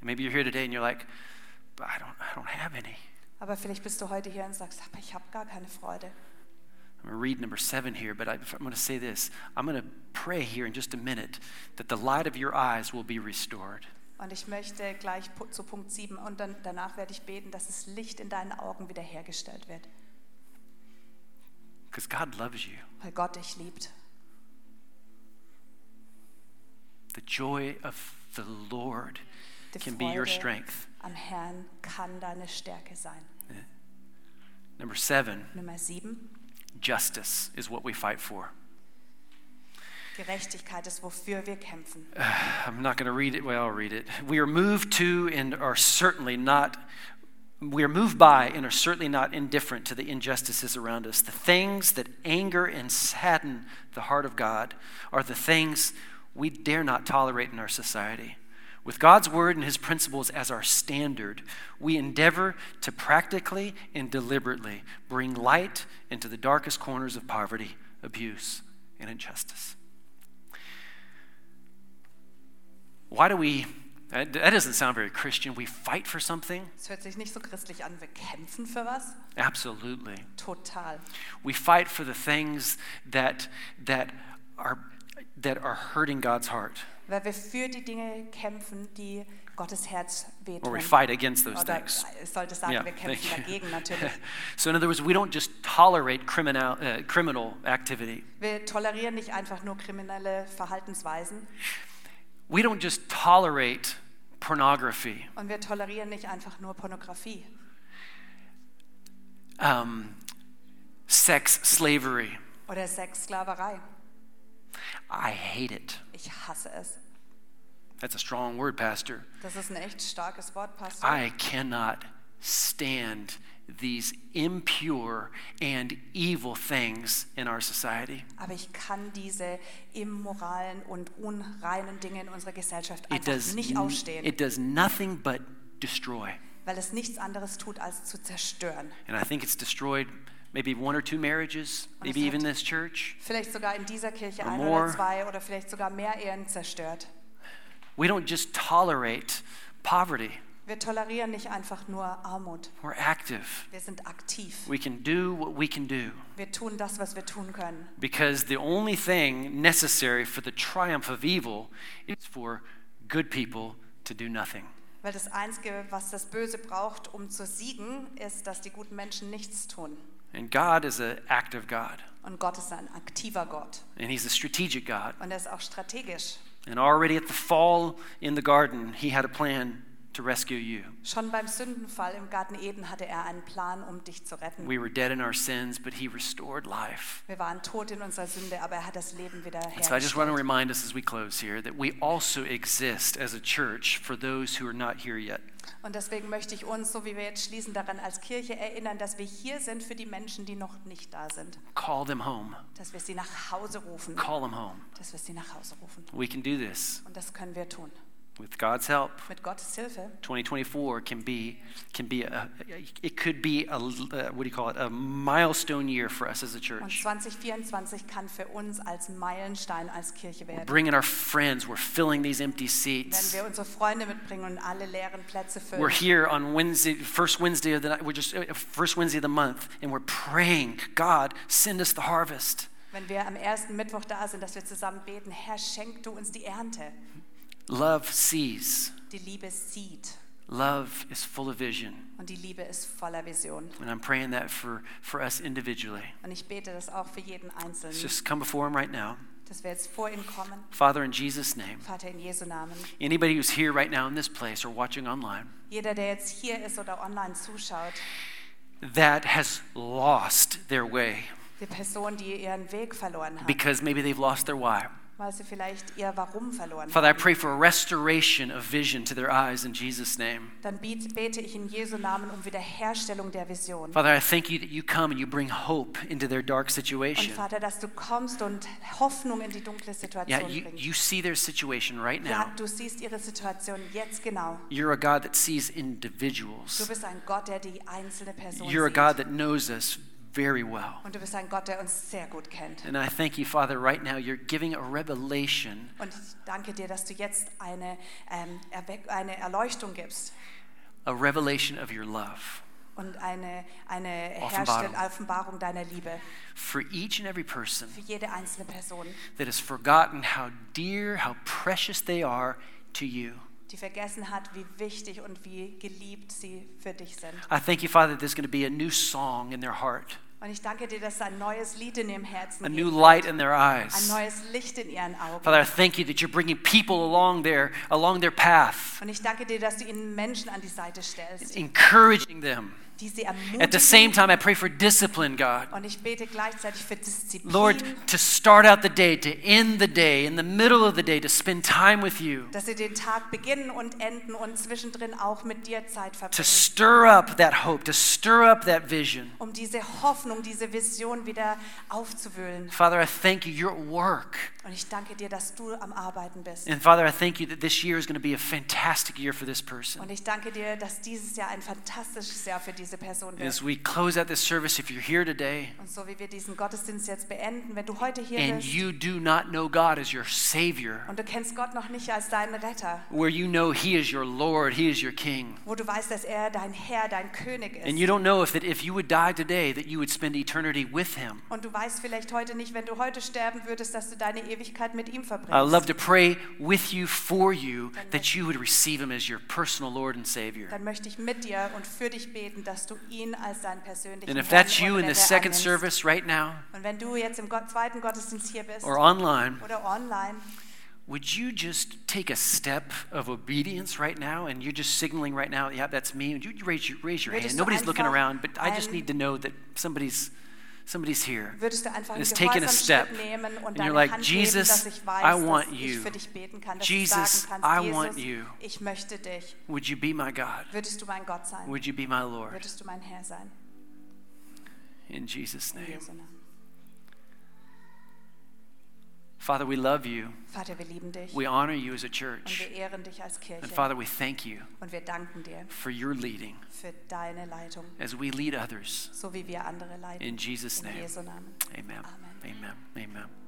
B: Maybe you're here today and you're like, but I don't, I don't have any.
A: Aber vielleicht bist du heute hier und sagst, aber ich habe gar keine Freude.
B: I'm going to read number seven here, but I, I'm going to say this. I'm going to pray here in just a minute that the light of your eyes will be restored.
A: Und ich möchte gleich pu- zu Punkt 7 und dann, danach werde ich beten, dass das Licht in deinen Augen wiederhergestellt wird,
B: Because God loves you.
A: weil Gott dich liebt.
B: The joy of the Lord
A: Die
B: can be your
A: Freude
B: strength.
A: am Herrn kann deine Stärke sein.
B: Number seven,
A: Nummer 7,
B: justice is what we fight for.
A: Gerechtigkeit ist, wofür wir kämpfen.
B: I'm not going to read it. Well, I'll read it. We are moved to and are certainly not. We are moved by and are certainly not indifferent to the injustices around us. The things that anger and sadden the heart of God are the things we dare not tolerate in our society. With God's word and his principles as our standard, we endeavor to practically and deliberately bring light into the darkest corners of poverty, abuse, and injustice. Why do we, that that doesn't sound very Christian. We fight for something?
A: Es hört sich nicht so christlich an. Wir kämpfen für was?
B: Absolutely.
A: Total.
B: We fight for the things that, that, are, that are hurting God's heart,
A: Weil wir für die Dinge kämpfen, die Gottes Herz
B: or
A: wehtun.
B: we fight against those
A: Oder
B: things.
A: ich sollte sagen,
B: Yeah,
A: wir kämpfen
B: thank you.
A: dagegen natürlich.
B: so, in other words, we don't just tolerate criminal, uh, criminal activity.
A: Wir tolerieren nicht einfach nur kriminelle Verhaltensweisen
B: We don't just tolerate pornography.
A: und wir tolerieren nicht einfach nur Pornografie,
B: Um, sex slavery.
A: Oder Sexsklaverei.
B: I hate it.
A: Ich hasse es.
B: That's a strong word, Pastor.
A: Das ist ein echt starkes Wort, Pastor.
B: I cannot stand these impure and evil things in our society.
A: Aber ich kann diese immoralen und unreinen Dinge in unserer Gesellschaft
B: It
A: einfach
B: does,
A: nicht
B: n-
A: ausstehen,
B: it does nothing but destroy.
A: weil es nichts anderes tut, als zu zerstören.
B: And I think it's destroyed maybe one or two marriages,
A: Und es
B: maybe
A: hat-
B: even this church.
A: Vielleicht sogar in dieser Kirche
B: Or
A: ein
B: more.
A: oder zwei oder vielleicht sogar mehr Ehen zerstört.
B: We don't just tolerate poverty,
A: Wir tolerieren nicht einfach nur Armut.
B: we're active.
A: Wir sind aktiv.
B: We can do what we can do
A: Wir tun das, was wir tun können.
B: because the only thing necessary for the triumph of evil is for good people to do nothing.
A: Weil das Einzige, was das Böse braucht, um zu siegen, ist, dass die guten Menschen nichts tun.
B: And God is an active God,
A: Und Gott ist ein aktiver Gott.
B: and He's a strategic God.
A: Und er ist auch strategisch.
B: And already at the fall in the garden, He had a plan to rescue you.
A: Schon beim Sündenfall im Garten Eden hatte er einen Plan, um dich zu retten.
B: We were dead in our sins, but He restored life.
A: Wir waren tot in unserer Sünde, aber er hat das Leben wieder
B: And so I just want to
A: hergestellt.
B: remind us as we close here that we also exist as a church for those who are not here yet.
A: Und deswegen möchte ich uns, so wie wir jetzt schließen, daran als Kirche erinnern, dass wir hier sind für die Menschen, die noch nicht da sind.
B: Call them home.
A: Dass wir sie nach Hause rufen.
B: Call them home.
A: Dass wir sie nach Hause rufen.
B: We can do this
A: Und das können wir tun.
B: with God's help.
A: Mit Gottes Hilfe
B: 2024 can be can be a, it could be a uh, what do you call it a milestone year for us as a
A: Und
B: church.
A: 2024 kann für uns als Meilenstein als Kirche
B: We're
A: werden.
B: bringing our friends. We're filling these empty
A: Wenn
B: seats.
A: wir unsere Freunde mitbringen und alle leeren Plätze
B: We're
A: füllen.
B: here on Wednesday, first Wednesday of the night. We're just uh, first Wednesday of the month, and we're praying, God, send us the harvest.
A: Wenn wir am ersten Mittwoch da sind, dass wir zusammen beten, Herr, schenk du uns die Ernte.
B: Love sees.
A: Die Liebe sieht
B: Love is full of vision,
A: und die Liebe ist voller Vision.
B: and I'm praying that for for us individually.
A: Und ich bete das auch für jeden
B: Let's
A: Einzelnen,
B: just come before Him right now,
A: dass wir jetzt vor ihn kommen.
B: Father, in Jesus' name.
A: Vater, in Jesu Namen.
B: Anybody who's here right now in this place or watching online.
A: Jeder, der jetzt hier ist oder online zuschaut,
B: that has lost their way
A: die Person, die ihren Weg verloren hat,
B: because maybe they've lost their why.
A: weil sie vielleicht ihr Warum verloren
B: Father, I
A: hat,
B: pray for a restoration of vision to their eyes in Jesus' name.
A: dann biet- bete ich in Jesu Namen um Wiederherstellung der Vision.
B: Father, I thank you that you come and you bring hope into their dark
A: Und
B: situation.
A: Vater, dass du kommst und Hoffnung in die dunkle
B: Yeah,
A: Situation
B: you,
A: bringst.
B: you see their situation right
A: Ja,
B: now.
A: du siehst ihre Situation jetzt genau.
B: You're a God that sees
A: Du
B: individuals.
A: bist ein Gott, der die einzelne Person
B: You're a
A: sieht.
B: God that knows us very well.
A: Und du bist ein Gott, der uns sehr gut kennt.
B: And I thank you, Father, right now you're giving a revelation
A: Und ich danke dir, dass du jetzt eine, ähm, Erweck eine Erleuchtung gibst
B: a revelation of your love
A: und eine, eine
B: Offenbarung.
A: Herstell Offenbarung deiner Liebe
B: for each and every person.
A: für jede einzelne Person,
B: that has forgotten how dear, how precious they are to you.
A: die vergessen hat, wie wichtig und wie geliebt sie für dich sind.
B: I thank you, Father, that there's going to be a new song in their heart,
A: Und ich danke dir, dass ein neues Lied in ihrem Herzen
B: a new
A: gibt,
B: light in their
A: ein
B: eyes.
A: neues Licht in ihren Augen.
B: Father, I thank you that you're bringing people along their along their path,
A: Und ich danke dir, dass du ihnen Menschen an die Seite stellst,
B: encouraging them.
A: die sie
B: At the same
A: ermutigen.
B: time, I pray for discipline, God.
A: Und ich bete gleichzeitig für Disziplin,
B: Lord, to start out the day, to end the day, in the middle of the day, to spend time with you,
A: dass sie den Tag beginnen und enden und zwischendrin auch mit dir Zeit
B: to
A: verbringen.
B: stir up that hope, to stir up that vision.
A: um diese Hoffnung, diese Vision wieder aufzuwühlen.
B: Father, I thank you. You're at work.
A: Und ich danke dir, dass du am Arbeiten bist.
B: And Father, I thank you that this year is going to be a fantastic year for this person.
A: Und ich danke dir, dass dieses Jahr ein fantastisches Jahr für diese Person
B: As
A: wird.
B: we close out this service, if you're here today
A: Und so wie wir diesen Gottesdienst jetzt beenden, wenn du heute hier
B: and
A: bist
B: you do not know God as your Savior,
A: und du kennst Gott noch nicht als deinen Retter,
B: where you know He is your Lord, He is your King,
A: wo du weißt, dass er dein Herr, dein König
B: and you
A: ist.
B: don't know if that if you would die today that you would spend eternity with Him,
A: Und du weißt vielleicht heute nicht, wenn du heute sterben würdest, dass du deine Ewigkeit mit ihm
B: I love
A: verbringst.
B: to pray with you for you that you would receive Him as your personal Lord and Savior.
A: Dann möchte ich mit dir und für dich beten, dass du ihn als deinen persönlichen
B: And if
A: Herrn
B: that's
A: und
B: you in the
A: Retter
B: second
A: annimmst.
B: service right now
A: Und wenn du jetzt im Gott- zweiten Gottesdienst hier bist
B: or online,
A: oder online,
B: Would you just take a step of obedience right now? And you're just signaling right now, yeah, that's me. Would you raise your, raise your
A: Würdest
B: hand?
A: du
B: Nobody's looking
A: einfach
B: around, but I just
A: ein-
B: need to know that somebody's, somebody's here.
A: würdest du einfach einen
B: Just taking a
A: gehorsamen
B: step.
A: Schritt nehmen
B: And
A: und
B: you're
A: deine
B: like,
A: Hand heben,
B: Jesus,
A: dass ich
B: I
A: weiß,
B: want
A: dass
B: you.
A: ich für dich beten kann, dass
B: Jesus,
A: du sagen kannst,
B: I
A: Jesus,
B: want you.
A: ich möchte dich.
B: Would you be my God?
A: Würdest du mein Gott sein?
B: Would you be my Lord?
A: Würdest du mein Herr sein?
B: In Jesus'
A: In
B: name.
A: Jesu Namen.
B: Father, we love you.
A: Vater, wir lieben dich
B: We honor you as a
A: und
B: church.
A: wir ehren dich als Kirche
B: And Father, we thank you
A: und wir danken dir
B: for your leading
A: für deine Leitung,
B: as we lead others.
A: so wie wir andere leiden.
B: In Jesus'
A: In
B: name.
A: Jesu Namen.
B: Amen.
A: Amen.
B: Amen. Amen.